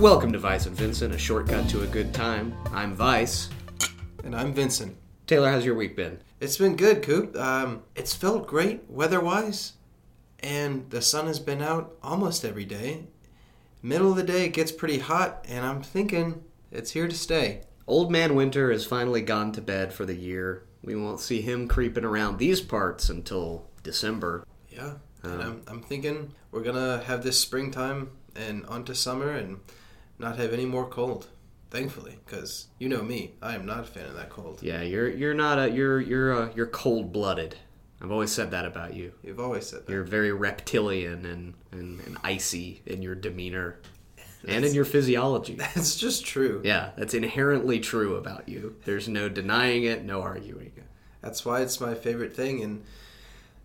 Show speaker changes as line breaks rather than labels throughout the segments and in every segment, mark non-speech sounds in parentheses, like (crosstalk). Welcome to Vice and Vincent, a shortcut to a good time. I'm Vice.
And I'm Vincent.
Taylor, how's your week been?
It's been good, Coop. Um, it's felt great weather wise, and the sun has been out almost every day. Middle of the day, it gets pretty hot, and I'm thinking it's here to stay.
Old Man Winter has finally gone to bed for the year. We won't see him creeping around these parts until December.
Yeah. And I'm, I'm thinking we're going to have this springtime and onto summer and not have any more cold, thankfully, because you know me, I am not a fan of that cold.
Yeah, you're you're not a you're you're a, you're cold blooded. I've always said that about you.
You've always said that.
You're very reptilian and, and, and icy in your demeanor and in your physiology.
(laughs) it's just true.
Yeah, that's inherently true about you. There's no denying it, no arguing it.
That's why it's my favorite thing. And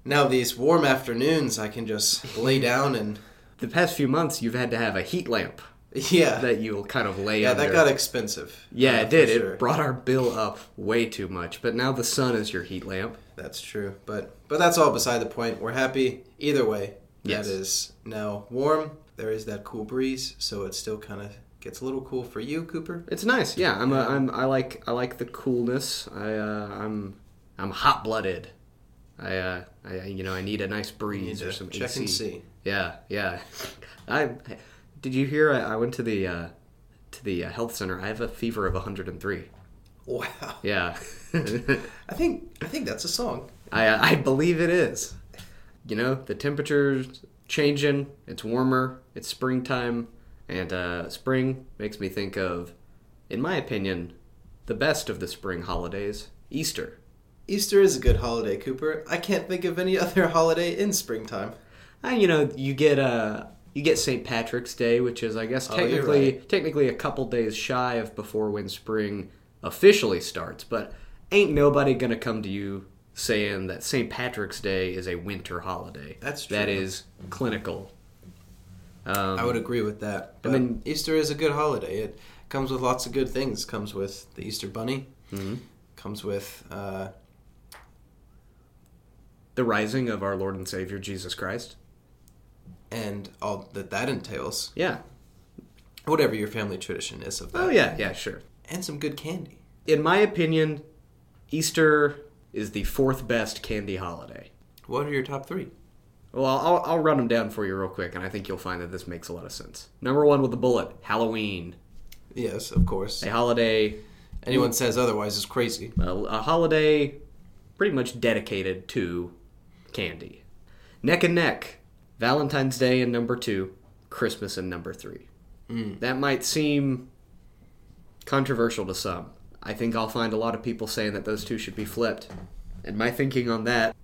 now these warm afternoons, I
(laughs)
can just lay down and
The past few months, you've had to have a heat lamp
yeah,
that you'll kind of lay
yeah,
under.
that got expensive.
Yeah,
Uh,
it did.
for sure.
It brought our bill up way too much. But now the sun is your heat lamp.
that's true, but but that's all beside the point. We're happy either way.
Yes.
That is now warm. There is that cool breeze, so it still kind of gets a little cool for you, Cooper.
It's nice. Yeah, I'm. A, I'm. I like. I like the coolness. I. Uh, I'm. I'm hot blooded. I, uh, I. I- You know. I need a nice breeze or
to
some
check
AC.
and see.
Yeah. Yeah. (laughs) I. Did you hear? I, I went to the. Uh, to the uh, health center. I have a fever of 103.
Wow,
Yeah. (laughs)
I think I think that's a song.
I, I believe it is. You know, the temperature's changing, it's warmer, it's springtime, and uh, spring makes me think of, in my opinion, the best of the spring holidays Easter.
Easter is a good holiday, Cooper. I can't think of any (laughs) other holiday in springtime.
Uh, you know, you get Uh, you get St. Patrick's Day, which is, I guess,
Oh, you're
technically technically a couple days shy of before when spring officially starts. But ain't nobody gonna come to you saying that St. Patrick's Day is a winter holiday.
That's
That
true.
is clinical.
I would agree with that. But
Um, mean-
Easter is a good holiday. It comes with lots of good things. comes with the Easter Bunny.
Mm-hmm.
Comes with uh,
the rising of our Lord and Savior Jesus Christ.
and all that that entails.
Yeah.
Whatever your family tradition is of that.
Oh yeah, yeah, sure.
And some good candy.
In my opinion, Easter is the fourth best candy holiday.
What are your top three?
Well, I'll, I'll run them down for you real quick, and I think you'll find that this makes a lot of sense. Number one with a bullet, Halloween,
Yes, of course.
a holiday,
Anyone says otherwise is crazy.
a, a holiday, pretty much dedicated to candy. Neck and neck, Valentine's Day in number two, Christmas in number three.
Mm.
That might seem controversial to some. I think I'll find a lot of people saying that those two should be flipped. And my thinking on that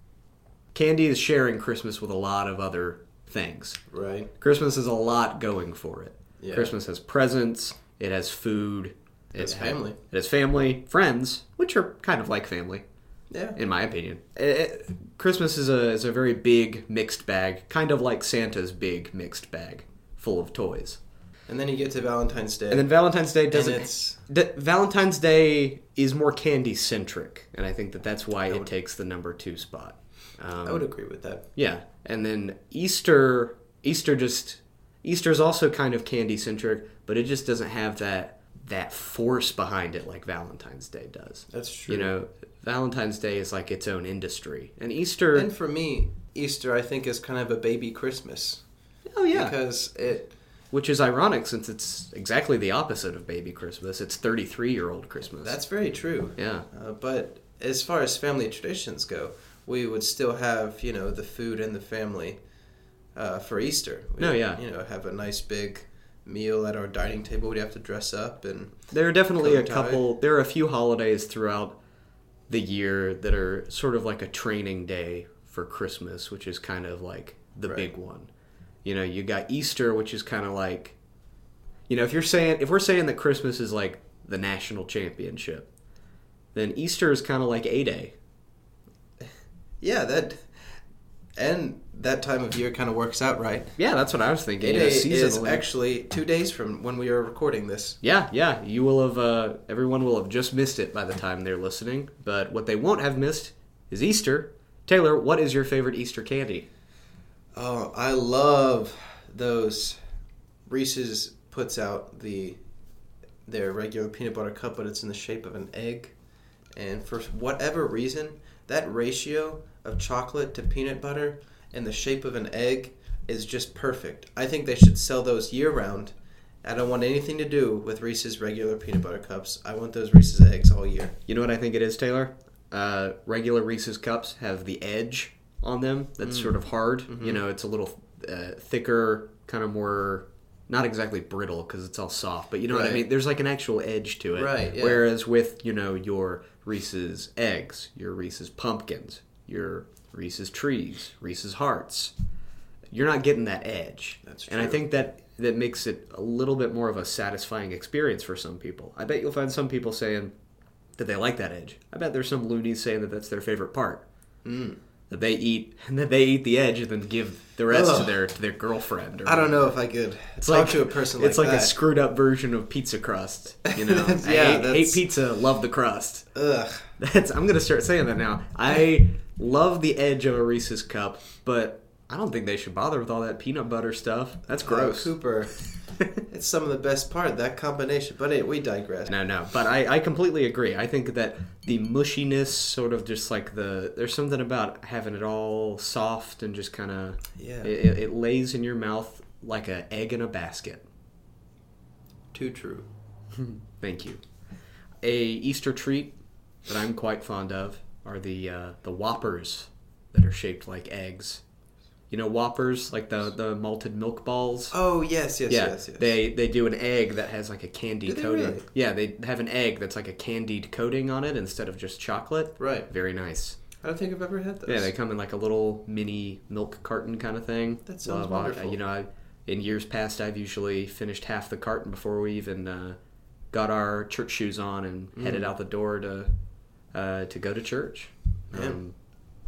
candy is sharing Christmas with a lot of other things.
Right.
Christmas has a lot going for it.
Yeah.
Christmas has presents, it has food, it
has
ha-
family.
it has family, friends, which are kind of like family,
Yeah.
in my opinion. Eh, eh, Christmas is a, is a very big mixed bag, kind of like Santa's big mixed bag full of toys.
And then you get to Valentine's Day.
And then Valentine's Day doesn't.
it's-
D- Valentine's Day is more candy centric, and I think that that's why it takes the number two spot. Um,
I would agree with that.
yeah, and then Easter. Easter just Easter's also kind of candy centric, but it just doesn't have that that force behind it like Valentine's Day does.
That's true.
You know, Valentine's Day is like its own industry, and Easter.
And for me, Easter I think is kind of a baby Christmas.
oh yeah,
Because it
which is ironic since it's exactly the opposite of baby Christmas. It's thirty three year old Christmas.
that's very true.
yeah.
Uh, but as far as family traditions go, we would still have you know the food and the family uh, for Easter. We
No,
would,
yeah.
you know have a nice big meal at our dining table. We'd have to dress up and
There are definitely a
Kotai.
couple. There are a few holidays throughout the year that are sort of like a training day for Christmas, which is kind of like the
Right.
big one. You know, you got Easter, which is kind of like, you know, if you're saying if we're saying that Christmas is like the national championship, then Easter is kind of like a day.
yeah that and that time of year kind of works out right.
Yeah, that's what I was thinking.
It
you know,
is is
seasonally.
actually two days from when we are recording this.
Yeah, yeah. You will have, uh, everyone will have just missed it by the time they're listening. But what they won't have missed is Easter. Taylor, what is your favorite Easter candy?
Oh, I love those Reese's puts out the their regular peanut butter cup, but it's in the shape of an egg. And for whatever reason, that ratio of chocolate to peanut butter and the shape of an egg is just perfect. I think they should sell those year round. I don't want anything to do with Reese's regular peanut butter cups. I want those Reese's eggs all year.
You know what I think it is, Taylor? Uh, regular Reese's cups have the edge on them that's
Mm.
sort of hard.
Mm-hmm.
You know, it's a little uh, thicker, kind of more not exactly brittle because it's all soft, but you know what I
Right.
mean. There's like an actual edge to it.
Right, yeah.
Whereas with you know your Reese's eggs, your Reese's pumpkins, your Reese's trees, Reese's hearts, you're not getting that edge.
That's
And I
true.
think that that makes it a little bit more of a satisfying experience for some people. I bet you'll find some people saying that they like that edge. I bet there's some loonies saying that that's their favorite part.
Hmm.
That they eat (laughs) and that they eat the edge and then give the rest to
Ugh.
their to their girlfriend. Or
I don't know if I could
it's
talk
like
to a person like
It's like
that.
a screwed up version of pizza crust. You know,
That's-
I
(laughs) yeah,
hate, hate
that's-
pizza, love the crust. (laughs)
Ugh.
That's I'm gonna start saying that now. I love the edge of a Reese's cup, but I don't think they should bother with all that peanut butter stuff. That's gross.
Oh, Cooper. (laughs) it's some of the best part that combination. But it, we digress.
No, no, but I, I completely agree. I think that the mushiness, sort of just like the, there's something about having it all soft and just kind of,
Yeah.
it, it, it lays in your mouth like an egg in a basket.
Too true.
Thank you. A Easter treat that I'm quite fond of are the uh, the Whoppers that are shaped like eggs. You know Whoppers, like the the malted milk balls.
Oh yes, yes,
yeah,
yes, yes.
they they do an egg that has like a candy
Do they
coating.
really?
Yeah, they have an egg that's like a candied coating on it instead of just chocolate.
right.
Very nice.
I don't think I've ever had those.
Yeah, they come in like a little mini milk carton kind of thing.
That sounds
I-
wonderful.
you know, I, in years past, I've usually finished half the carton before we even uh, got our church shoes on and
Mm.
headed out the door to uh, to go to church.
Yeah.
Um,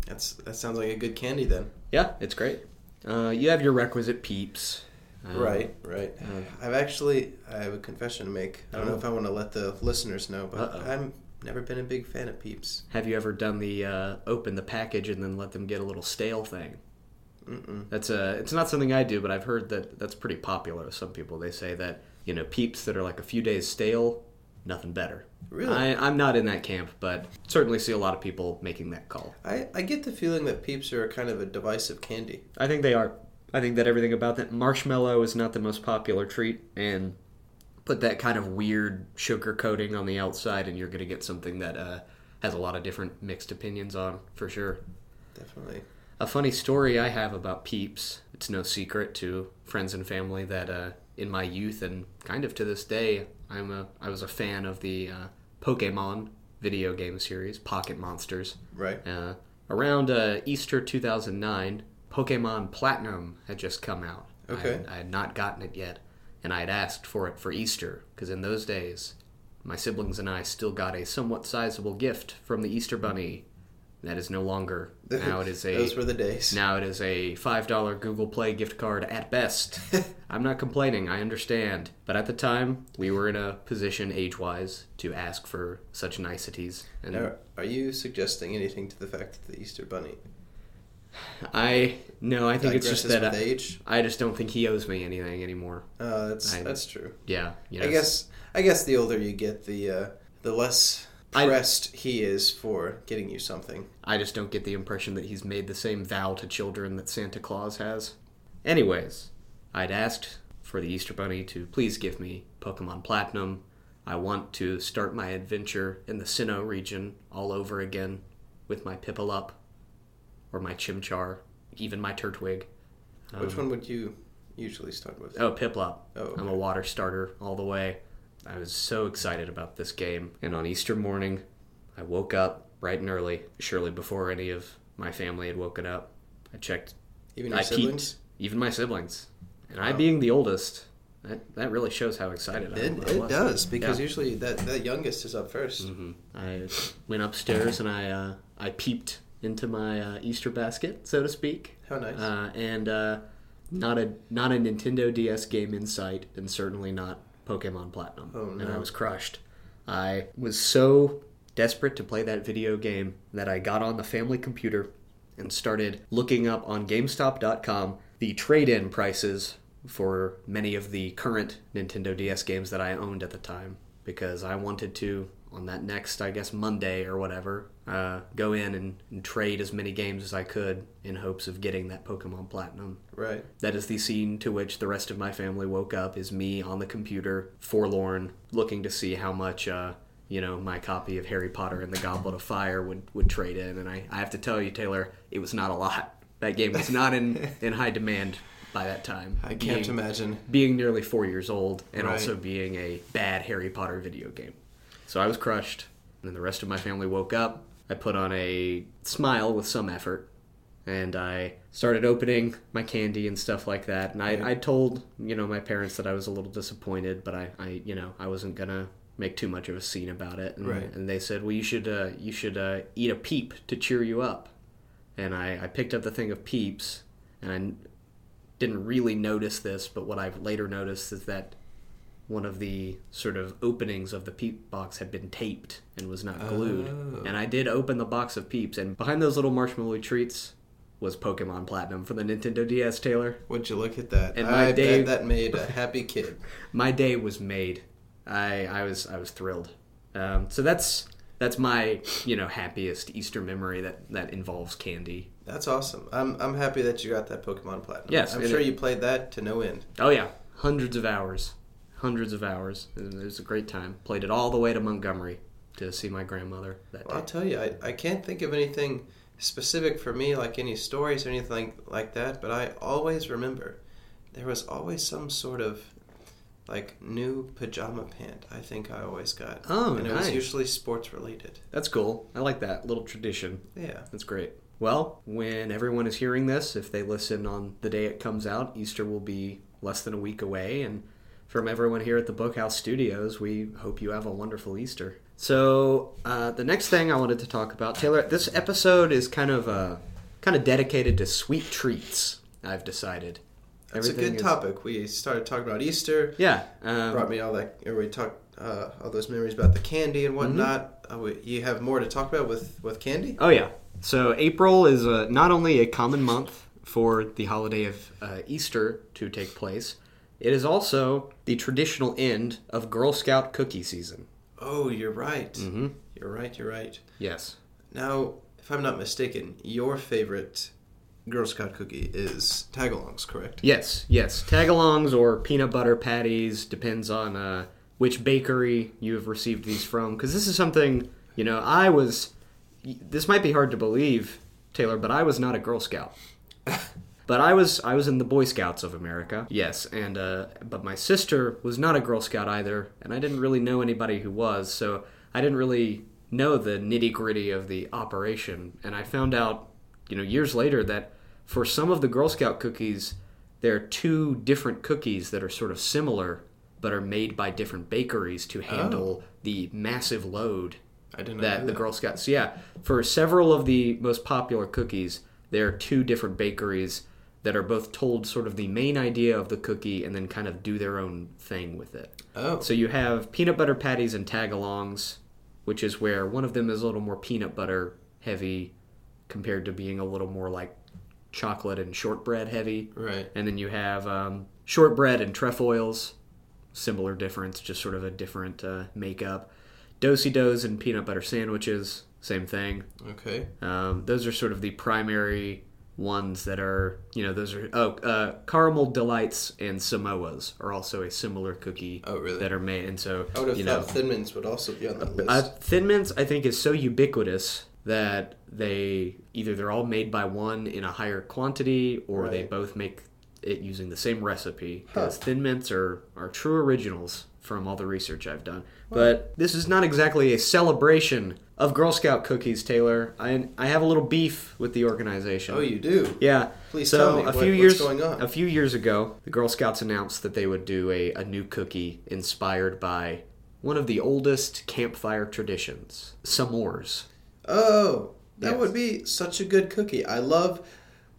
That's that sounds like a good candy then.
yeah, it's great. Uh, you have your requisite peeps. Um,
right, right.
uh,
I've actually I have a confession to make. I don't know
Oh.
if I want to let the listeners know, but
Uh-oh.
I'm never been a big fan of Peeps.
Have you ever done the uh, open the package and then let them get a little stale thing?
Mm-mm.
That's a. It's not something I do, but I've heard that that's pretty popular with some people. They say that you know peeps that are like a few days stale, nothing better.
Really?
I, I'm not in that camp, but certainly see a lot of people making that call.
I, I get the feeling that Peeps are kind of a divisive candy.
I think they are. I think that everything about that marshmallow is not the most popular treat, and put that kind of weird sugar coating on the outside, and you're going to get something that uh, has a lot of different mixed opinions on for sure.
Definitely.
A funny story I have about Peeps. It's no secret to friends and family that uh, in my youth and kind of to this day, I'm a I was a fan of the uh, Pokemon video game series Pocket Monsters.
Right.
Uh, around uh, Easter 2009, Pokemon Platinum had just come out.
Okay.
I, I had not gotten it yet, and I had asked for it for Easter because in those days, my siblings and I still got a somewhat sizable gift from the Easter Bunny. That is no longer. Now it is a
(laughs) Those were the days.
now it is a $5 Google Play gift card at
(laughs)
best. I'm not complaining, I understand. But at the time, we were in a position age wise to ask for such niceties. And
Are, are you suggesting anything to the fact that the Easter Bunny
I, no, I think it's
digresses
just that uh,
with
I,
age?
I just don't think he owes me anything anymore.
Uh, that's
I-
that's true.
Yeah. You know,
I guess I guess the older you get, the uh, the less
I-
pressed he is for getting you something.
I just don't get the impression that he's made the same vow to children that Santa Claus has. Anyways, I'd asked for the Easter Bunny to please give me Pokemon Platinum. I want to start my adventure in the Sinnoh region all over again with my Piplup, or my Chimchar, even my Turtwig.
Which
Um,
one would you usually start with?
Oh, Piplup.
Oh, okay.
I'm a water starter all the way. I was so excited about this game. And on Easter morning, I woke up bright and early, surely before any of my family had woken up. I checked
Even your
I
siblings?
peeked, even my siblings. And I being the oldest, that, that really shows how excited I-
It,
Uh, I,
it
was.
does because
Yeah. Mm-hmm.
usually that, that youngest is up 1st
I went upstairs and I, uh, I peeped into my uh, Easter basket, so to speak.
How nice!
uh, and uh, not a not a Nintendo DS game in sight, and certainly not Pokemon Platinum.
Oh, no.
And I was crushed. I was so desperate to play that video game that I got on the family computer and started looking up on GameStop.com the trade-in prices for many of the current Nintendo DS games that I owned at the time because I wanted to on that next I guess Monday or whatever uh, go in and, and trade as many games as I could in hopes of getting that Pokemon Platinum.
Right.
That is the scene to which the rest of my family woke up is me on the computer, forlorn, looking to see how much uh, you know, my copy of Harry Potter and the Goblet of Fire would, would trade in. And I, I have to tell you, Taylor, it was not a lot. That game was not
(laughs)
in, in high demand by that time.
I can't
being,
imagine.
being nearly four years old and
Right.
also being a bad Harry Potter video game. So I was crushed. And then the rest of my family woke up. I put on a smile with some effort. And I started opening my candy and stuff like that. And I, I told, you know, my parents that I was a little disappointed, but I, I you know, I wasn't going to make too much of a scene about it. And,
Right.
and they said, well, you should, uh, you should uh, eat a peep to cheer you up. And I, I picked up the thing of peeps. And I didn't really notice this, but what I've later noticed is that one of the sort of openings of the peep box had been taped and was not glued.
Oh.
And I did open the box of peeps, and behind those little marshmallow treats was Pokemon Platinum for the Nintendo DS, Taylor.
Would you look at that?
And
I
my
bet
day-
that made a happy kid.
My day was made. I, I was I was thrilled. Um, so that's that's my you know happiest Easter memory that that involves candy.
That's awesome. I'm, I'm happy that you got that Pokemon Platinum.
Yes,
I'm
it-
sure you played that to no end.
Oh yeah, hundreds of hours, hundreds of hours. It was a great time. Played it all the way to Montgomery to see my grandmother that
Well, I'll
day.
tell you, I, I can't think of anything specific for me, like any stories or anything like that, but I always remember there was always some sort of like new pajama pant I think I always got.
Oh,
And it was
nice.
usually sports related.
That's cool. I like that little tradition.
Yeah.
That's great. Well, when everyone is hearing this, if they listen on the day it comes out, Easter will be less than a week away. And from everyone here at the Bookhouse Studios, we hope you have a wonderful Easter. So uh, the next thing I wanted to talk about, Taylor, this episode is kind of uh, kind of dedicated to sweet treats. I've decided.
That's a
Everything
good
is-
topic. We started talking about Easter.
Yeah. Um,
brought me all that, or we talked uh, all those memories about the candy and
Mm-hmm.
whatnot. Uh, we, you have more to talk about with, with candy?
Oh yeah. So April is uh not only a common month for the holiday of uh, Easter to take place, it is also the traditional end of Girl Scout cookie season.
Oh, you're right.
Mhm.
You're right, you're right.
Yes.
Now, if I'm not mistaken, your favorite Girl Scout cookie is Tagalongs, correct?
Yes. Yes. Tagalongs or peanut butter patties depends on uh, which bakery you have received these from, because this is something you know. I was. This might be hard to believe, Taylor, but I was not a Girl Scout. But I was I was in the Boy Scouts of America. Yes, and uh, but my sister was not a Girl Scout either, and I didn't really know anybody who was, so I didn't really know the nitty gritty of the operation. And I found out, you know, years later that for some of the Girl Scout cookies, there are two different cookies that are sort of similar, but are made by different bakeries to handle the massive load
I didn't know
that the Girl Scouts. Yeah, for several of the most popular cookies, there are two different bakeries that are both told sort of the main idea of the cookie and then kind of do their own thing with it.
Oh,
So you have peanut butter patties and tagalongs, which is where one of them is a little more peanut butter heavy compared to being a little more like chocolate and shortbread heavy.
right.
And then you have um, shortbread and trefoils, similar difference, just sort of a different uh, makeup. Dosey doughs and peanut butter sandwiches, same thing.
Okay.
Um, those are sort of the primary ones that are, you know, those are. Oh, uh, caramel delights and Samoas are also a similar cookie
Oh, really?
that are made, and so
I would have
you know,
thought Thin Mints would also be on that list.
uh, Thin Mints, I think, is so ubiquitous that they either they're all made by one in a higher quantity, or they
Right.
both make it using the same recipe. Because Thin Mints are are true originals from all the research I've done. But this is not exactly a celebration of Girl Scout cookies, Taylor. I I have a little beef with the organization.
oh, you do?
Yeah.
Please
so
tell me
a
what-
few
what's
years
going on.
a few years ago, the Girl Scouts announced that they would do a, a new cookie inspired by one of the oldest campfire traditions, s'mores.
Oh, that
Yes.
would be such a good cookie. I love.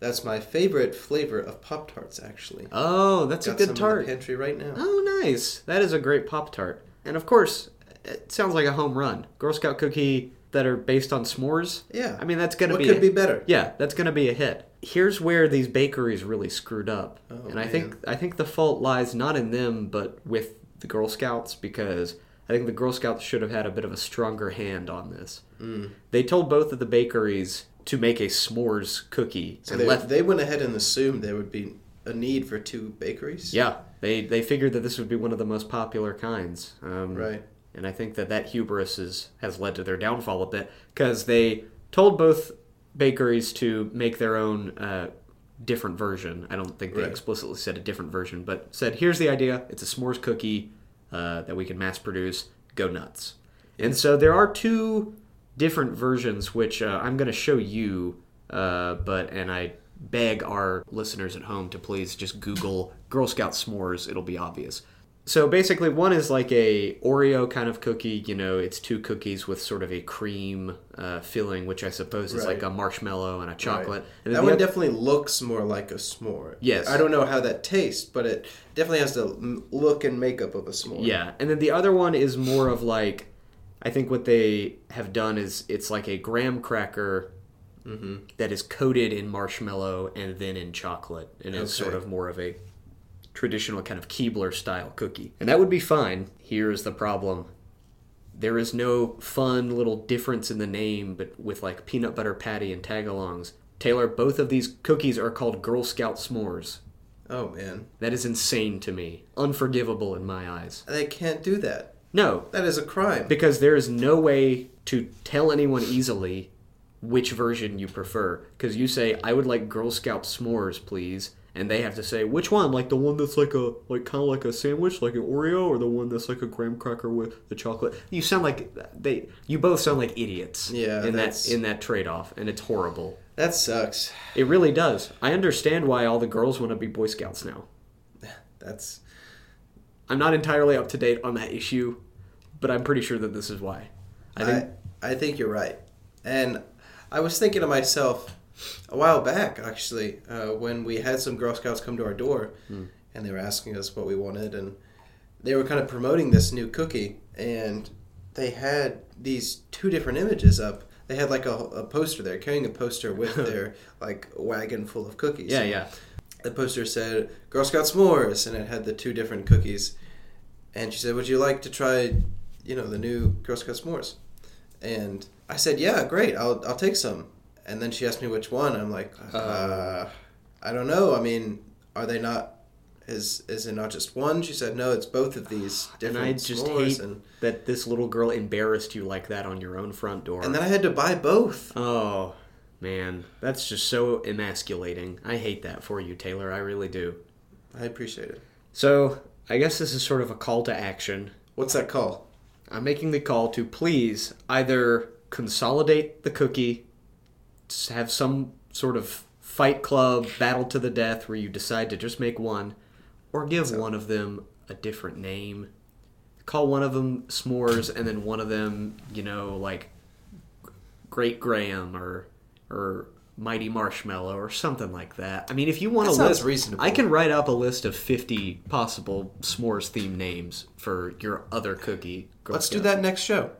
That's my favorite flavor of Pop Tarts, actually.
Oh, that's
Got
a
some
good
in the
tart.
pantry right now.
Oh, nice. That is a great pop tart. And of course, it sounds like a home run. Girl Scout cookie that are based on s'mores.
Yeah.
I mean, that's gonna
what
be
could
a-
be better?
Yeah, that's gonna be a hit. here's where these bakeries really screwed up.
Oh,
and I think
man.
I think the fault lies not in them but with the Girl Scouts because I think the Girl Scouts should have had a bit of a stronger hand on this. Mm. They told both of the bakeries to make a s'mores cookie
So
and
they,
left
they went ahead and assumed there would be a need for two bakeries.
yeah, they they figured that this would be one of the most popular kinds. Um,
Right.
And I think that that hubris is, has led to their downfall a bit because they told both bakeries to make their own uh, different version. I don't think they
Right.
explicitly said a different version, but said, here's the idea it's a s'mores cookie uh, that we can mass produce. Go nuts. And so there are two different versions, which uh, I'm going to show you, uh, but, and I beg our listeners at home to please just Google Girl Scout s'mores, it'll be obvious. So basically, one is like a Oreo kind of cookie. You know, it's two cookies with sort of a cream uh, filling, which I suppose is
Right.
like a marshmallow and a
Right.
chocolate. And
That
then
one
the oth-
definitely looks more like a s'more.
Yes.
I don't know how that tastes, but it definitely has the m- look and makeup of a s'more.
yeah, and then the other one is more of like, I think what they have done is it's like a graham cracker that is coated in marshmallow and then in chocolate, and it's
Okay.
sort of more of a traditional kind of Keebler style cookie. And that would be fine. Here is the problem. There is no fun little difference in the name, but with like peanut butter patty and tagalongs. Taylor, both of these cookies are called Girl Scout s'mores.
Oh man,
That is insane to me. Unforgivable in my eyes.
they can't do that.
No,
That is a crime.
because there is no way to tell anyone easily which version you prefer. Because you say, "I would like Girl Scout s'mores, please," and they have to say which one, like the one that's like a like kind of like a sandwich, like an Oreo, or the one that's like a graham cracker with the chocolate. You sound like they. You both sound like idiots.
Yeah,
in that
that's-
in that trade off, and it's horrible.
That sucks.
It really does. I understand why all the girls want to be Boy Scouts now.
That's
I'm not entirely up to date on that issue, but I'm pretty sure that this is why. I think
I, I think you're right. And I was thinking to myself a while back, actually, uh, when we had some Girl Scouts come to our door
Hmm.
and they were asking us what we wanted, and they were kind of promoting this new cookie, and they had these two different images up. They had like a, a poster there, carrying a poster
(laughs)
with their like wagon full of cookies.
yeah, yeah.
The poster said Girl Scout s'mores, and it had the two different cookies. And she said, "Would you like to try, you know, the new Girl Scout s'mores?" And I said, "Yeah, great. I'll I'll take some." And then she asked me which one. I'm like, uh, "I don't know. I mean, are they not? Is is it not just one?" She said, "No, it's both of these
And
different
I just
s'mores."
hate
and
that this little girl embarrassed you like that on your own front door.
and then I had to buy both.
oh, man. That's just so emasculating. I hate that for you, Taylor. I really do.
I appreciate it.
So, I guess this is sort of a call to action.
What's that call?
I'm making the call to please either consolidate the cookie, s- have some sort of fight club battle to the death where you decide to just make one, or give one of them a different name. Call one of them s'mores, and then one of them, you know, like Great Graham or or Mighty Marshmallow or something like that. I mean, if you want
That
to
sounds
list,
reasonable.
I can write up a list of fifty possible s'mores themed names for your other cookie. Girl
Let's do
Scout.
that next show.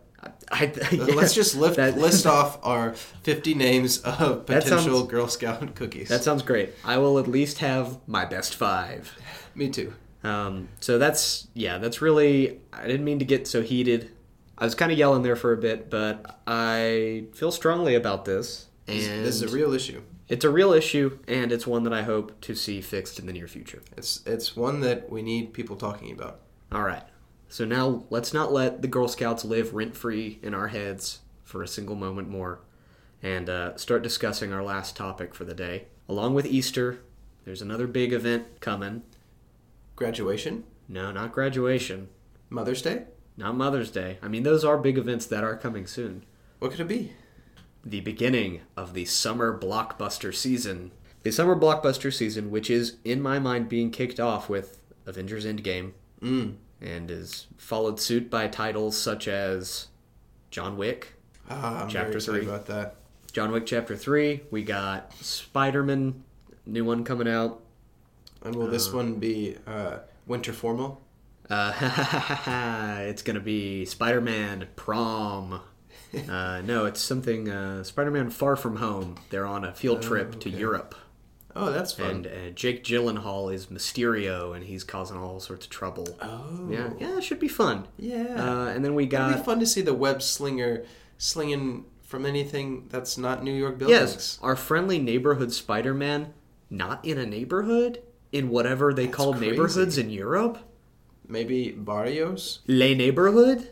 I, yeah,
Let's just lift,
that-
list off our 50 names of
That sounds-
potential Girl Scout
(laughs)
cookies.
That sounds great. I will at least have my best five.
Me too.
Um, so that's yeah, that's really. I didn't mean to get so heated. I was kind of yelling there for a bit, but I feel strongly about this, and
This- this is a real issue.
it's a real issue, and it's one that I hope to see fixed in the near future.
It's it's one that we need people talking about.
All right. So now let's not let the Girl Scouts live rent free in our heads for a single moment more and uh, start discussing our last topic for the day. Along with Easter, there's another big event coming.
Graduation,
No, not graduation,
Mother's Day.
not Mother's Day. I mean, those are big events that are coming soon.
What could it be?
the beginning of the summer blockbuster season. The summer blockbuster season, which is in my mind being kicked off with Avengers Endgame,
Mm.
and is followed suit by titles such as John Wick,
Ah, I'm
Chapter
very excited
three.
about that.
John Wick Chapter 3, we got Spider Man, new one coming out.
And will this one be uh, winter formal?
Uh, (laughs) it's gonna be Spider Man Prom. Uh, no, it's something uh, Spider Man Far From Home. They're on a field trip to Europe.
Oh, that's fun.
and uh, Jake Gyllenhaal is Mysterio, and he's causing all sorts of trouble.
oh,
Yeah, yeah, it should be fun.
yeah.
Uh, and then we
It'd be
got
fun to see the web slinger slinging from anything that's not New York buildings.
yes, our friendly neighborhood Spider-Man, not in a neighborhood, in whatever they
That's
call
crazy.
neighborhoods in Europe,
Maybe Barrios.
le neighborhood,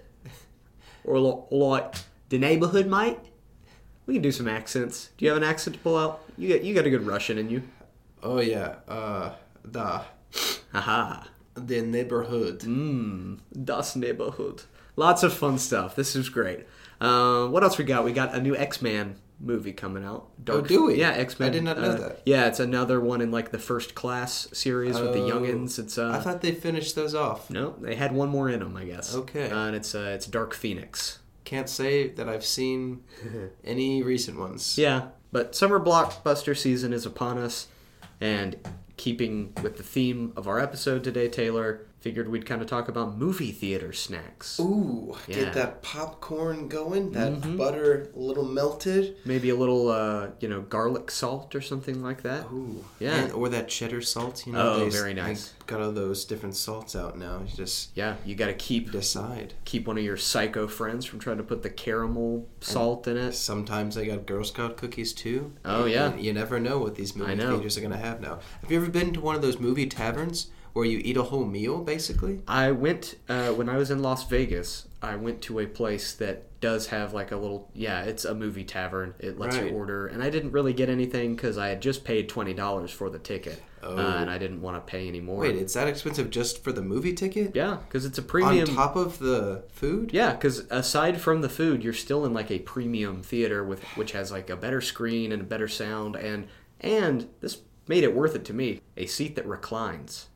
(laughs) or lo- like the neighborhood, mate. We can do some accents. Do you have an accent to pull out? You got you got a good Russian in you.
Oh yeah. Uh, the
Haha.
the neighborhood.
Mmm, Das Neighborhood. Lots of fun stuff. This is great. Uh, what else we got? We got a new X Man movie coming out.
Oh, do we?
Yeah, X Men.
I did not know that.
Yeah, it's another one in like the first class series with the
Oh.
youngins. It's uh,
I thought they finished those off.
no, they had one more in them, I guess.
Okay.
Uh, and it's uh, it's Dark Phoenix.
Can't say that
(laughs)
I've seen any recent ones.
Yeah, but summer blockbuster season is upon us, and keeping with the theme of our episode today, Taylor figured we'd kind of talk about movie theater snacks.
Ooh,
Yeah. Mm-hmm.
get that popcorn going. That butter a little melted.
Maybe a little, uh, you know, garlic salt or something like that.
Ooh,
Yeah.
And- or that cheddar salt. You know,
Oh,
they s-
very
they
nice.
Got all those different salts out now. You just
Yeah, you got to keep
decide.
keep one of your psycho friends from trying to put the caramel salt in it.
Sometimes I got Girl Scout cookies too.
Oh, yeah.
And you never know what these
I
movie
know.
theaters are gonna have now. Have you ever been to one of those movie taverns where you eat a whole meal basically?
I went uh, when I was in Las Vegas. I went to a place that does have like a little yeah, it's a movie tavern. It lets
Right.
you order, and I didn't really get anything because I had just paid twenty dollars for the ticket,
Oh.
uh, and I didn't want to pay any more.
Wait, it's that expensive just for the movie ticket?
yeah, because it's a
On
premium.
top of the food?
Yeah, because aside from the food, you're still in like a premium theater with which has like a better screen and a better sound, and and this made it worth it to me. A seat that reclines,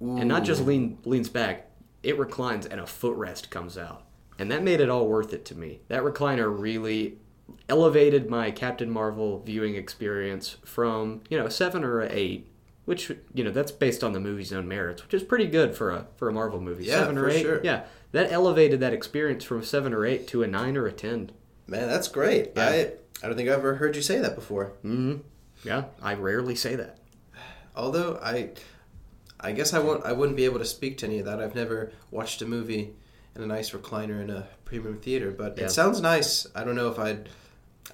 and not just lean leans back, it reclines and a footrest comes out, and that made it all worth it to me. That recliner really elevated my Captain Marvel viewing experience from you know seven or a eight. Which you know that's based on the movie's own merits, which is pretty good for a for a Marvel movie.
Yeah,
seven or
for
eight,
sure.
yeah, that elevated that experience from a seven or eight to a nine or a ten.
Man, that's great.
Yeah.
I I don't think I've ever heard you say that before.
Mm-hmm. Yeah, I rarely say that.
Although I I guess I won't I wouldn't be able to speak to any of that. I've never watched a movie in a nice recliner in a premium theater, but
Yeah.
it sounds nice. I don't know if I'd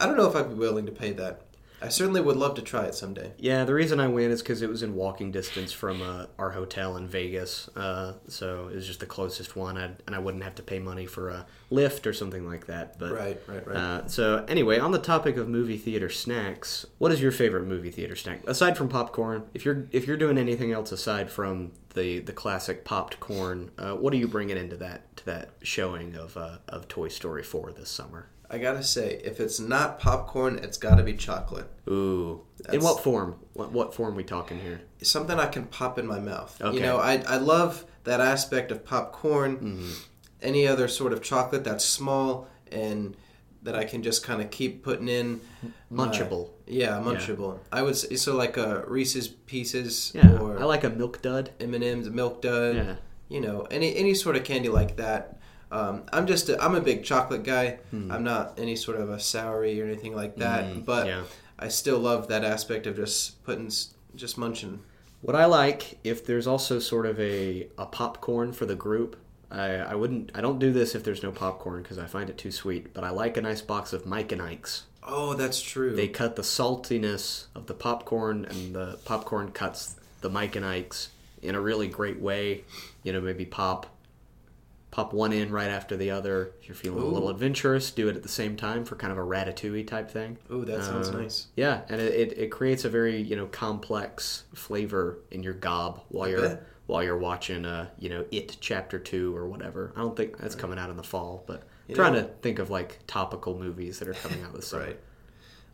I don't know if I'd be willing to pay that. I certainly would love to try it someday.
Yeah, the reason I went is because it was in walking distance from uh, our hotel in Vegas, uh, so it was just the closest one, I'd, and I wouldn't have to pay money for a lift or something like that. But
Right, right, right.
Uh, so anyway, on the topic of movie theater snacks, what is your favorite movie theater snack aside from popcorn? If you're if you're doing anything else aside from the the classic popped corn, uh, what are you bringing into that to that showing of uh, of Toy Story four this summer?
I gotta say, if it's not popcorn, it's gotta be chocolate.
Ooh, in
That's-
what form? What, what form we talking here?
It's something I can pop in my mouth.
Okay.
You know, I, I love that aspect of popcorn.
Mm-hmm.
Any other sort of chocolate that's small and that I can just kind of keep putting in. my-
Munchable.
yeah, munchable. I would say, so like uh, Reese's Pieces
Yeah,
or
I like a milk dud.
M&M's, Milk Dud.
Yeah.
You know, any any sort of candy like that. Um, I'm just a, I'm a big chocolate guy.
Hmm.
I'm not any sort of a soury or anything like that. but
yeah.
I still love that aspect of just putting s- just munching.
What I like, if there's also sort of a, a popcorn for the group, I, I wouldn't I don't do this if there's no popcorn because I find it too sweet. But I like a nice box of Mike and Ike's.
Oh, that's true.
They cut the saltiness of the popcorn, and the popcorn cuts the Mike and Ike's in a really great way. You know, maybe pop pop one in right after the other. If you're feeling a little
Ooh.
adventurous, do it at the same time for kind of a ratatouille type thing.
Ooh, that sounds
Uh,
nice.
Yeah, and it, it, it creates a very you know complex flavor in your gob while you're
bet.
while you're watching uh you know it chapter two or whatever. I don't think that's coming out in the fall, but trying to think of like topical movies that are coming out this summer.
Right.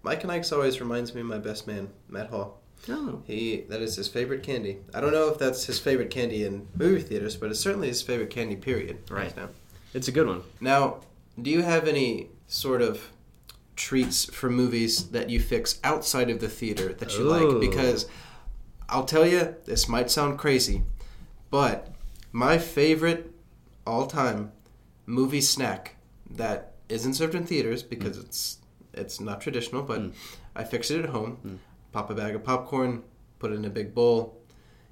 Mike and Ike's always reminds me of my best man, Matt Hall.
Oh,
He that is his favorite candy. I don't know if that's his favorite candy in movie theaters, but it's certainly his favorite candy. Period.
Right.
now.
it's a good one.
Now, do you have any sort of treats for movies that you fix outside of the theater that you
Oh.
like? Because I'll tell you, this might sound crazy, but my favorite all time movie snack that isn't served in theaters because it's it's not traditional, but I fix it at home. Pop a bag of popcorn, put it in a big bowl,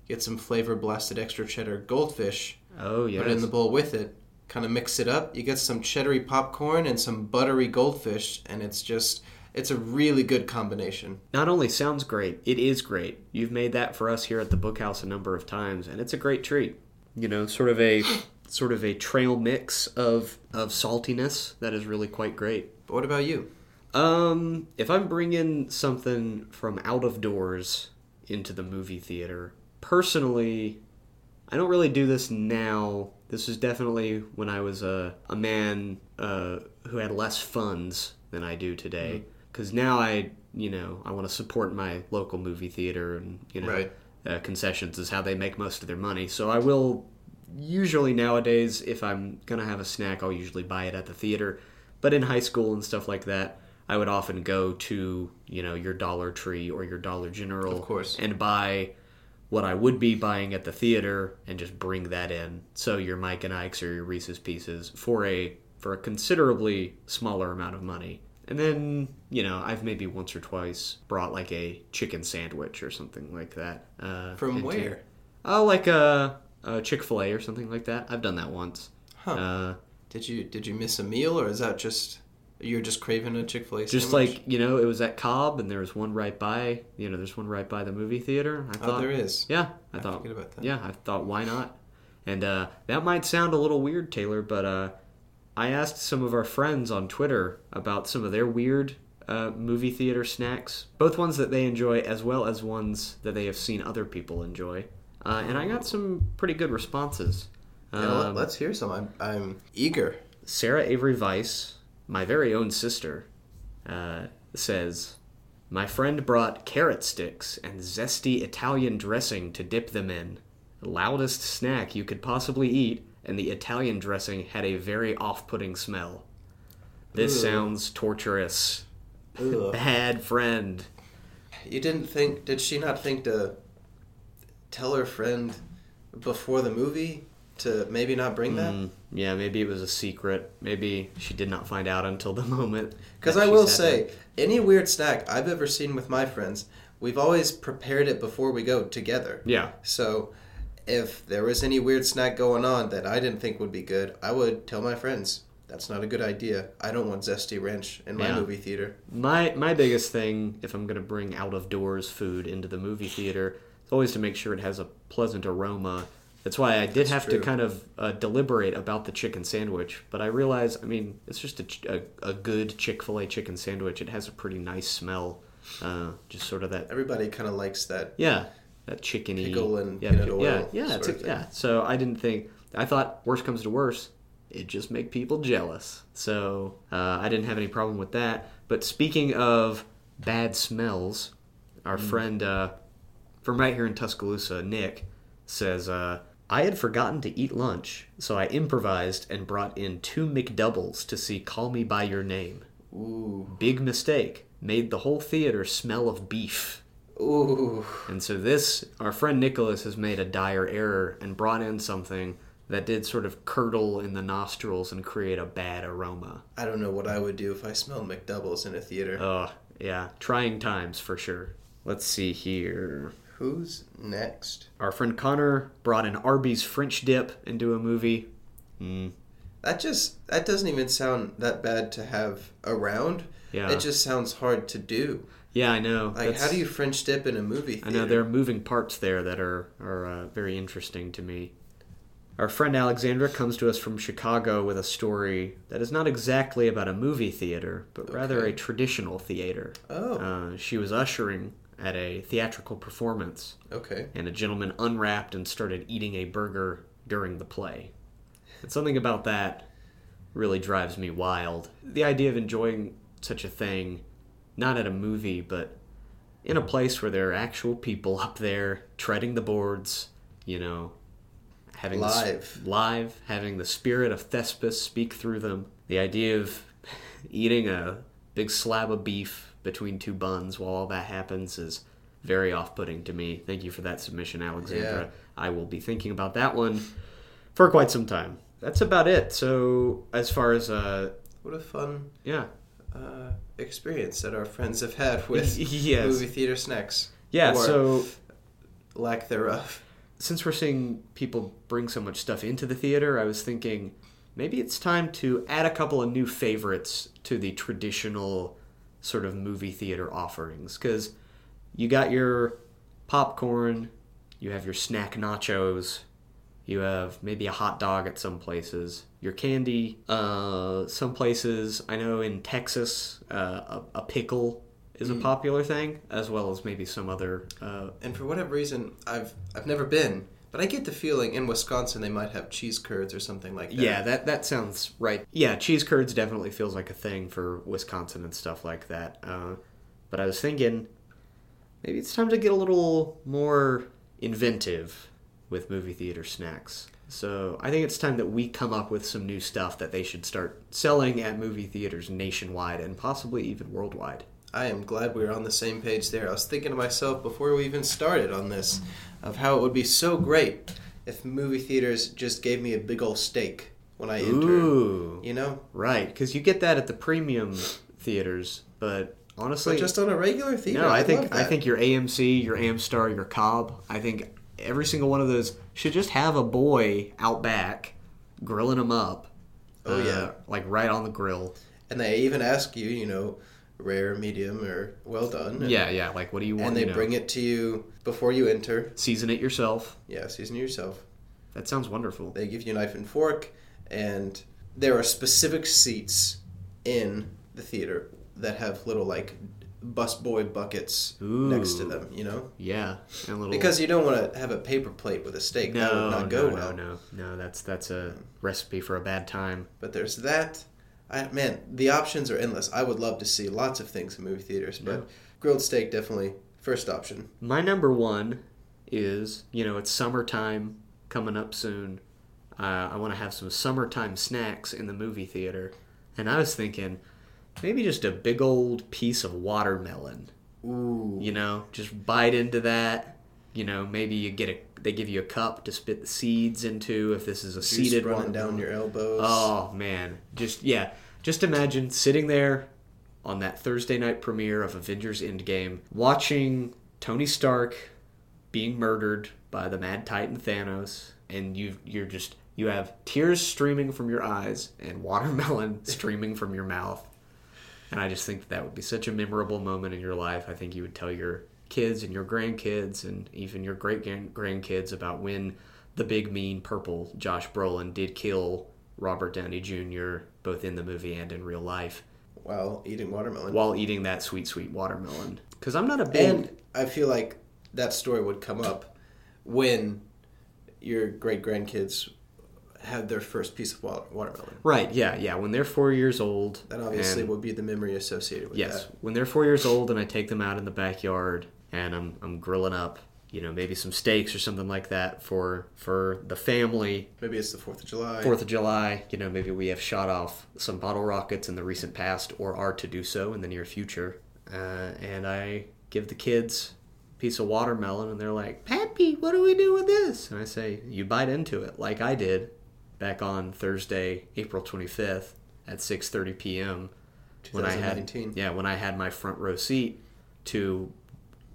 get some flavor blasted extra cheddar goldfish,
Oh
put it in
yes.
the bowl with it, kind of mix it up. You get some cheddary popcorn and some buttery goldfish, and it's just it's a really good combination.
Not only sounds great, it is great. You've made that for us here at the Bookhouse a number of times, and it's a great treat. You know, sort of a sort of a trail mix of of saltiness that is really quite great.
But what about you?
Um, if I'm bringing something from out of doors into the movie theater, personally, I don't really do this now. This is definitely when I was a, a man uh, who had less funds than I do today.
Mm-hmm.
Because now I, you know, I want to support my local movie theater, and you know,
Right.
uh, concessions is how they make most of their money. So I will usually nowadays, if I'm gonna have a snack, I'll usually buy it at the theater. But in high school and stuff like that, I would often go to you know your Dollar Tree or your Dollar General,
Of course.
and buy what I would be buying at the theater and just bring that in. So your Mike and Ike's or your Reese's Pieces for a for a considerably smaller amount of money. And then, you know, I've maybe once or twice brought like a chicken sandwich or something like that. Uh,
From
into-
where?
Oh, like a, a Chick Fil A or something like that. I've done that once.
Huh.
Uh,
Did you did you miss a meal or is that just you're just craving a Chick Fil A?
just like you know, it was at Cobb, and there was one right by. You know, there's one right by the movie theater. I
oh,
thought,
there is.
yeah, I,
I
thought,
forget about that.
yeah, I thought, why not? And uh, that might sound a little weird, Taylor, but uh, I asked some of our friends on Twitter about some of their weird uh, movie theater snacks, both ones that they enjoy as well as ones that they have seen other people enjoy. Uh, and I got some pretty good responses.
Yeah, let-
Um,
let's hear some. I'm, I'm eager.
Sarah Avery Weiss, my very own sister, uh, says, My friend brought carrot sticks and zesty Italian dressing to dip them in. The loudest snack you could possibly eat, and the Italian dressing had a very off putting smell. This
Ugh.
sounds torturous. (laughs)
Ugh.
Bad friend.
you didn't think? Did she not think to tell her friend before the movie to maybe not bring that?
Mm, yeah, maybe it was a secret. Maybe she did not find out until the (laughs) moment.
Because
that
I
she
will
said
say,
it.
any weird snack I've ever seen with my friends, we've always prepared it before we go together.
Yeah.
So, if there was any weird snack going on that I didn't think would be good, I would tell my friends. That's not a good idea. I don't want zesty ranch in my
Yeah.
movie theater.
My my biggest thing, if I'm gonna bring out of doors food into the movie theater, is always to make sure it has a pleasant aroma. That's why I did have
true.
to kind of uh, deliberate about the chicken sandwich, but I realized, I mean, it's just a ch- a, a good Chick Fil A chicken sandwich. It has a pretty nice smell, uh, just sort of that
Everybody kind of likes that.
yeah, that chickeny
Pickle and
yeah,
peanut
pi-
oil
yeah, yeah,
sort
it's
of
a-
thing.
yeah. So I didn't think. I thought worse comes to worse, it just make people jealous. So uh, I didn't have any problem with that. But speaking of bad smells, our
Mm.
friend uh, from right here in Tuscaloosa, Nick, says uh, I had forgotten to eat lunch, so I improvised and brought in two McDoubles to see Call Me by Your Name.
Ooh.
Big mistake. Made the whole theater smell of beef.
Ooh.
And so this, our friend Nicholas has made a dire error and brought in something that did sort of curdle in the nostrils and create a bad aroma.
I don't know what I would do if I smelled McDoubles in a theater.
Ugh, yeah, trying times for sure. Let's see here.
Who's next?
Our friend Connor brought an Arby's French dip into a movie. Mm,
That just that doesn't even sound that bad to have around.
yeah,
It just sounds hard to do.
yeah, I know.
Like,
That's-
how do you French dip in a movie
I
theater?
know there are moving parts there that are are uh, very interesting to me. Our friend Alexandra comes to us from Chicago with a story that is not exactly about a movie theater, but rather
Okay.
a traditional theater.
Oh,
Uh, she was ushering at a theatrical performance,
okay.
and a gentleman unwrapped and started eating a burger during the play. And something about that really drives me wild. The idea of enjoying such a thing, not at a movie, but in a place where there are actual people up there treading the boards, you know, having the sp-
Live.
live, having the spirit of Thespis speak through them. The idea of eating a big slab of beef between two buns while all that happens is very off-putting to me. Thank you for that submission, Alexandra.
Yeah.
I will be thinking about that one for quite some time. That's about it. So as far as uh,
What a fun
yeah,
uh,
(laughs)
experience that our friends have had with
yes,
movie theater snacks.
yeah.
Or
so
lack thereof.
Since we're seeing people bring so much stuff into the theater, I was thinking maybe it's time to add a couple of new favorites to the traditional sort of movie theater offerings. Because you got your popcorn, you have your snack nachos, you have maybe a hot dog at some places, your candy. Uh, some places, I know in Texas, uh, a, a pickle is a popular thing, as well as maybe some other. Uh,
And for whatever reason, I've I've never been, but I get the feeling in Wisconsin they might have cheese curds or something like that.
yeah, that that sounds right. Yeah, cheese curds definitely feels like a thing for Wisconsin and stuff like that. Uh, but I was thinking, maybe it's time to get a little more inventive with movie theater snacks. So I think it's time that we come up with some new stuff that they should start selling at movie theaters nationwide and possibly even worldwide.
I am glad we were on the same page there. I was thinking to myself before we even started on this of how it would be so great if movie theaters just gave me a big old steak when I entered.
Ooh,
You know?
right, because you get that at the premium theaters, but honestly,
But just on a regular theater.
No, I
I'd
think
love
I
that.
think your AMC, your Amstar, your Cobb. I think every single one of those should just have a boy out back grilling them up. uh,
Oh, yeah.
like right on the grill.
And they even ask you, you know, rare, medium, or well done. and-
Yeah, yeah. Like, what do you want?
And they
you know?
bring it to you before you enter.
season it yourself.
Yeah, season yourself.
That sounds wonderful.
They give you a knife and fork, and there are specific seats in the theater that have little like busboy buckets next to
Ooh.
them. You know,
Yeah, and a little
because you don't want to have a paper plate with a steak.
no,
that would not go
no,
well.
no, no, no. That's that's a recipe for a bad time.
But there's that. I, man, the options are endless. I would love to see lots of things in movie theaters, but grilled steak definitely first option.
My number one is you know it's summertime coming up soon. Uh, I want to have some summertime snacks in the movie theater, and I was thinking maybe just a big old piece of watermelon.
Ooh.
You know, just bite into that. You know, maybe you get a they give you a cup to spit the seeds into if this is a
Juice
seeded
running
one.
down your elbows.
Oh man, just yeah, just imagine sitting there on that Thursday night premiere of Avengers Endgame, watching Tony Stark being murdered by the Mad Titan Thanos, and you you're just you have tears streaming from your eyes and watermelon (laughs) streaming from your mouth. And I just think that, that would be such a memorable moment in your life. I think you would tell your kids and your grandkids and even your great gran- grandkids about when the big mean purple Josh Brolin did kill Robert Downey Jr. both in the movie and in real life
While eating watermelon.
while eating that sweet sweet watermelon. Because I'm not a big
And I feel like that story would come up when your great grandkids had their first piece of wa- watermelon.
right, yeah, yeah. When they're four years old,
That obviously
and-
would be the memory associated with
Yes,
that.
when they're four years old, and I take them out in the backyard, and I'm I'm grilling up, you know, maybe some steaks or something like that for for the family.
Maybe it's the 4th of July.
Fourth of July, you know, maybe we have shot off some bottle rockets in the recent past, or are to do so in the near future. Uh, and I give the kids a piece of watermelon, and they're like, "Pappy, what do we do with this?" And I say, "You bite into it, like I did back on Thursday, April 25th at 6:30 p.m." when I had
2019.
yeah when I had my front row seat to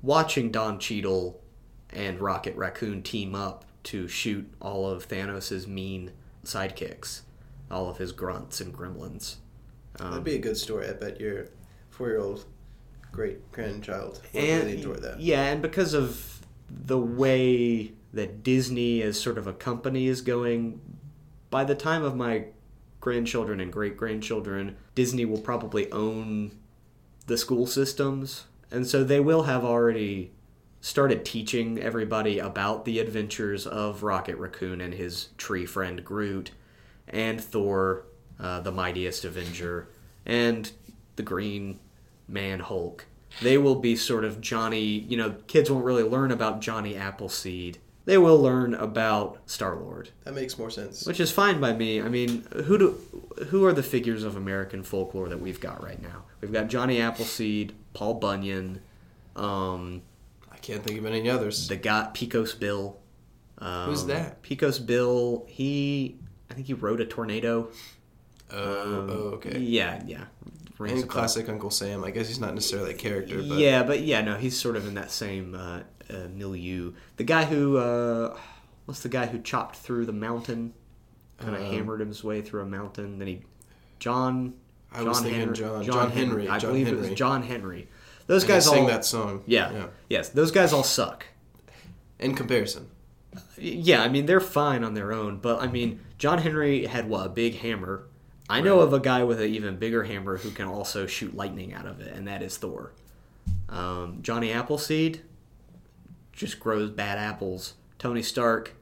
watching Don Cheadle and Rocket Raccoon team up to shoot all of Thanos' mean sidekicks, all of his grunts and gremlins. um,
That'd be a good story. I bet your four year old great grandchild would really enjoy that.
Yeah, and because of the way that Disney as sort of a company is going, by the time of my grandchildren and great grandchildren, Disney will probably own the school systems. And so they will have already started teaching everybody about the adventures of Rocket Raccoon and his tree friend Groot and Thor, uh, the mightiest Avenger, and the Green Man Hulk. They will be sort of Johnny, you know, kids won't really learn about Johnny Appleseed. They will learn about Star Lord
That makes more sense.
which is fine by me. I mean, who do who are the figures of American folklore that we've got right now? We've got Johnny Appleseed, Paul Bunyan, um,
I can't think of any others.
the guy Pecos Bill. Um,
Who's that?
Pecos Bill. He, I think he rode a tornado. Um,
oh, oh, okay.
Yeah, yeah, rings a
And
bell.
classic Uncle Sam. I guess he's not necessarily a character, but
Yeah, but yeah, no, he's sort of in that same uh, uh, milieu. The guy who uh, what's the guy who chopped through the mountain, kind of
Um,
hammered his way through a mountain. Then he, John,
I was thinking
Henry-
John- John Henry,
I
John
believe it
Henry.
was John Henry. Those
and
guys
they sing
all,
that song.
yeah, yes, those guys all suck.
In comparison,
Yeah, I mean they're fine on their own, but I mean John Henry had what a big hammer. I know
Right.
of a guy with an even bigger hammer who can also shoot lightning out of it, and that is Thor. Um, Johnny Appleseed just grows bad apples. Tony Stark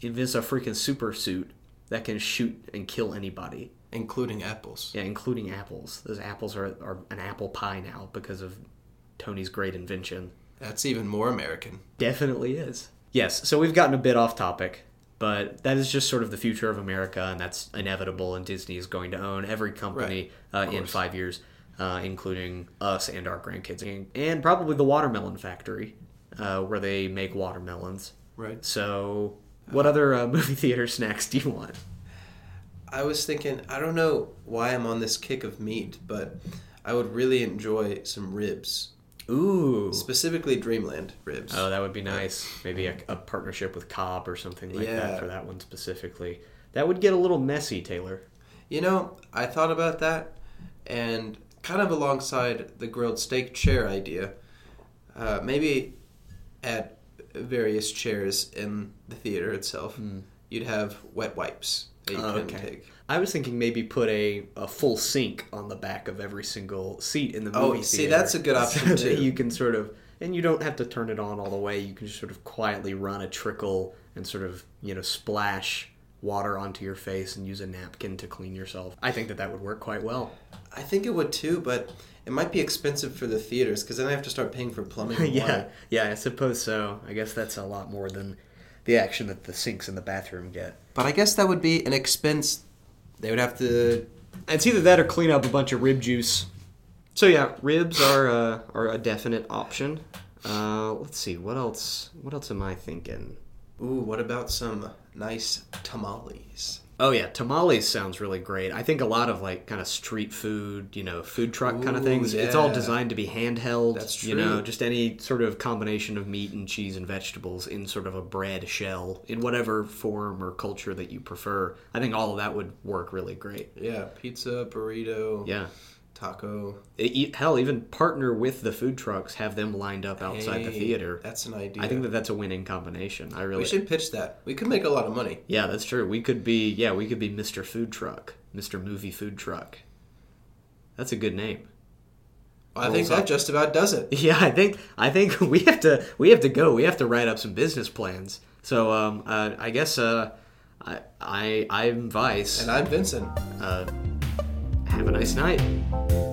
invents a freaking super suit that can shoot and kill anybody,
including apples.
yeah, including apples. Those apples are, are an apple pie now because of Tony's great invention.
That's even more American.
Definitely is. Yes, so we've gotten a bit off topic, but that is just sort of the future of America, and that's inevitable, and Disney is going to own every company uh, in
course.
five years, uh, including us and our grandkids, and- and probably the watermelon factory, uh, where they make watermelons.
Right.
So, what other uh, (laughs) movie theater snacks do you want?
I was thinking, I don't know why I'm on this kick of meat, but I would really enjoy some ribs,
Ooh.
specifically Dreamland ribs.
Oh, that would be nice. Maybe a, a partnership with Cobb or something like
Yeah.
that for that one specifically. That would get a little messy, Taylor.
You know, I thought about that, and kind of alongside the grilled steak chair idea, uh, maybe at various chairs in the theater itself, you'd have wet wipes that you
Oh,
can
okay.
take.
I was thinking maybe put a, a full sink on the back of every single seat in the movie
Oh, see, that's a good
theater, (laughs)
option,
so that
too.
you can sort of, and you don't have to turn it on all the way. You can just sort of quietly run a trickle and sort of you know splash water onto your face and use a napkin to clean yourself. I think that that would work quite well. (laughs)
I think it would too, but it might be expensive for the theaters because then I have to start paying for plumbing. and
(laughs) yeah,
water.
yeah, I suppose so. I guess that's a lot more than the action that the sinks in the bathroom get.
But I guess that would be an expense they would have to.
It's either that or clean up a bunch of rib juice. So yeah, ribs are uh, are a definite option. Uh, let's see what else. What else am I thinking?
Ooh, what about some nice tamales?
Oh yeah, tamales sounds really great. I think a lot of like kind of street food, you know, food truck kind of
Ooh,
things. It's all
yeah.
designed to be handheld.
That's
You know,
true.
just any sort of combination of meat and cheese and vegetables in sort of a bread shell in whatever form or culture that you prefer. I think all of that would work really great.
Yeah, pizza, burrito,
Yeah.
taco.
E- e- hell, even partner with the food trucks, have them lined up outside the
Hey,
theater.
That's an idea.
I think that that's a winning combination. I really,
we should pitch that. We could make a lot of money.
yeah, that's true. We could be, yeah, we could be Mr. Food Truck, Mr. Movie Food Truck. That's a good name. (laughs)
I think
Rolls
that
up.
just about does (laughs) it.
Yeah, I think I think (laughs) we have to we have to go. We have to write up some business plans. So um, uh, I guess uh, I, I I'm Vice.
And I'm Vincent.
uh, have a nice night.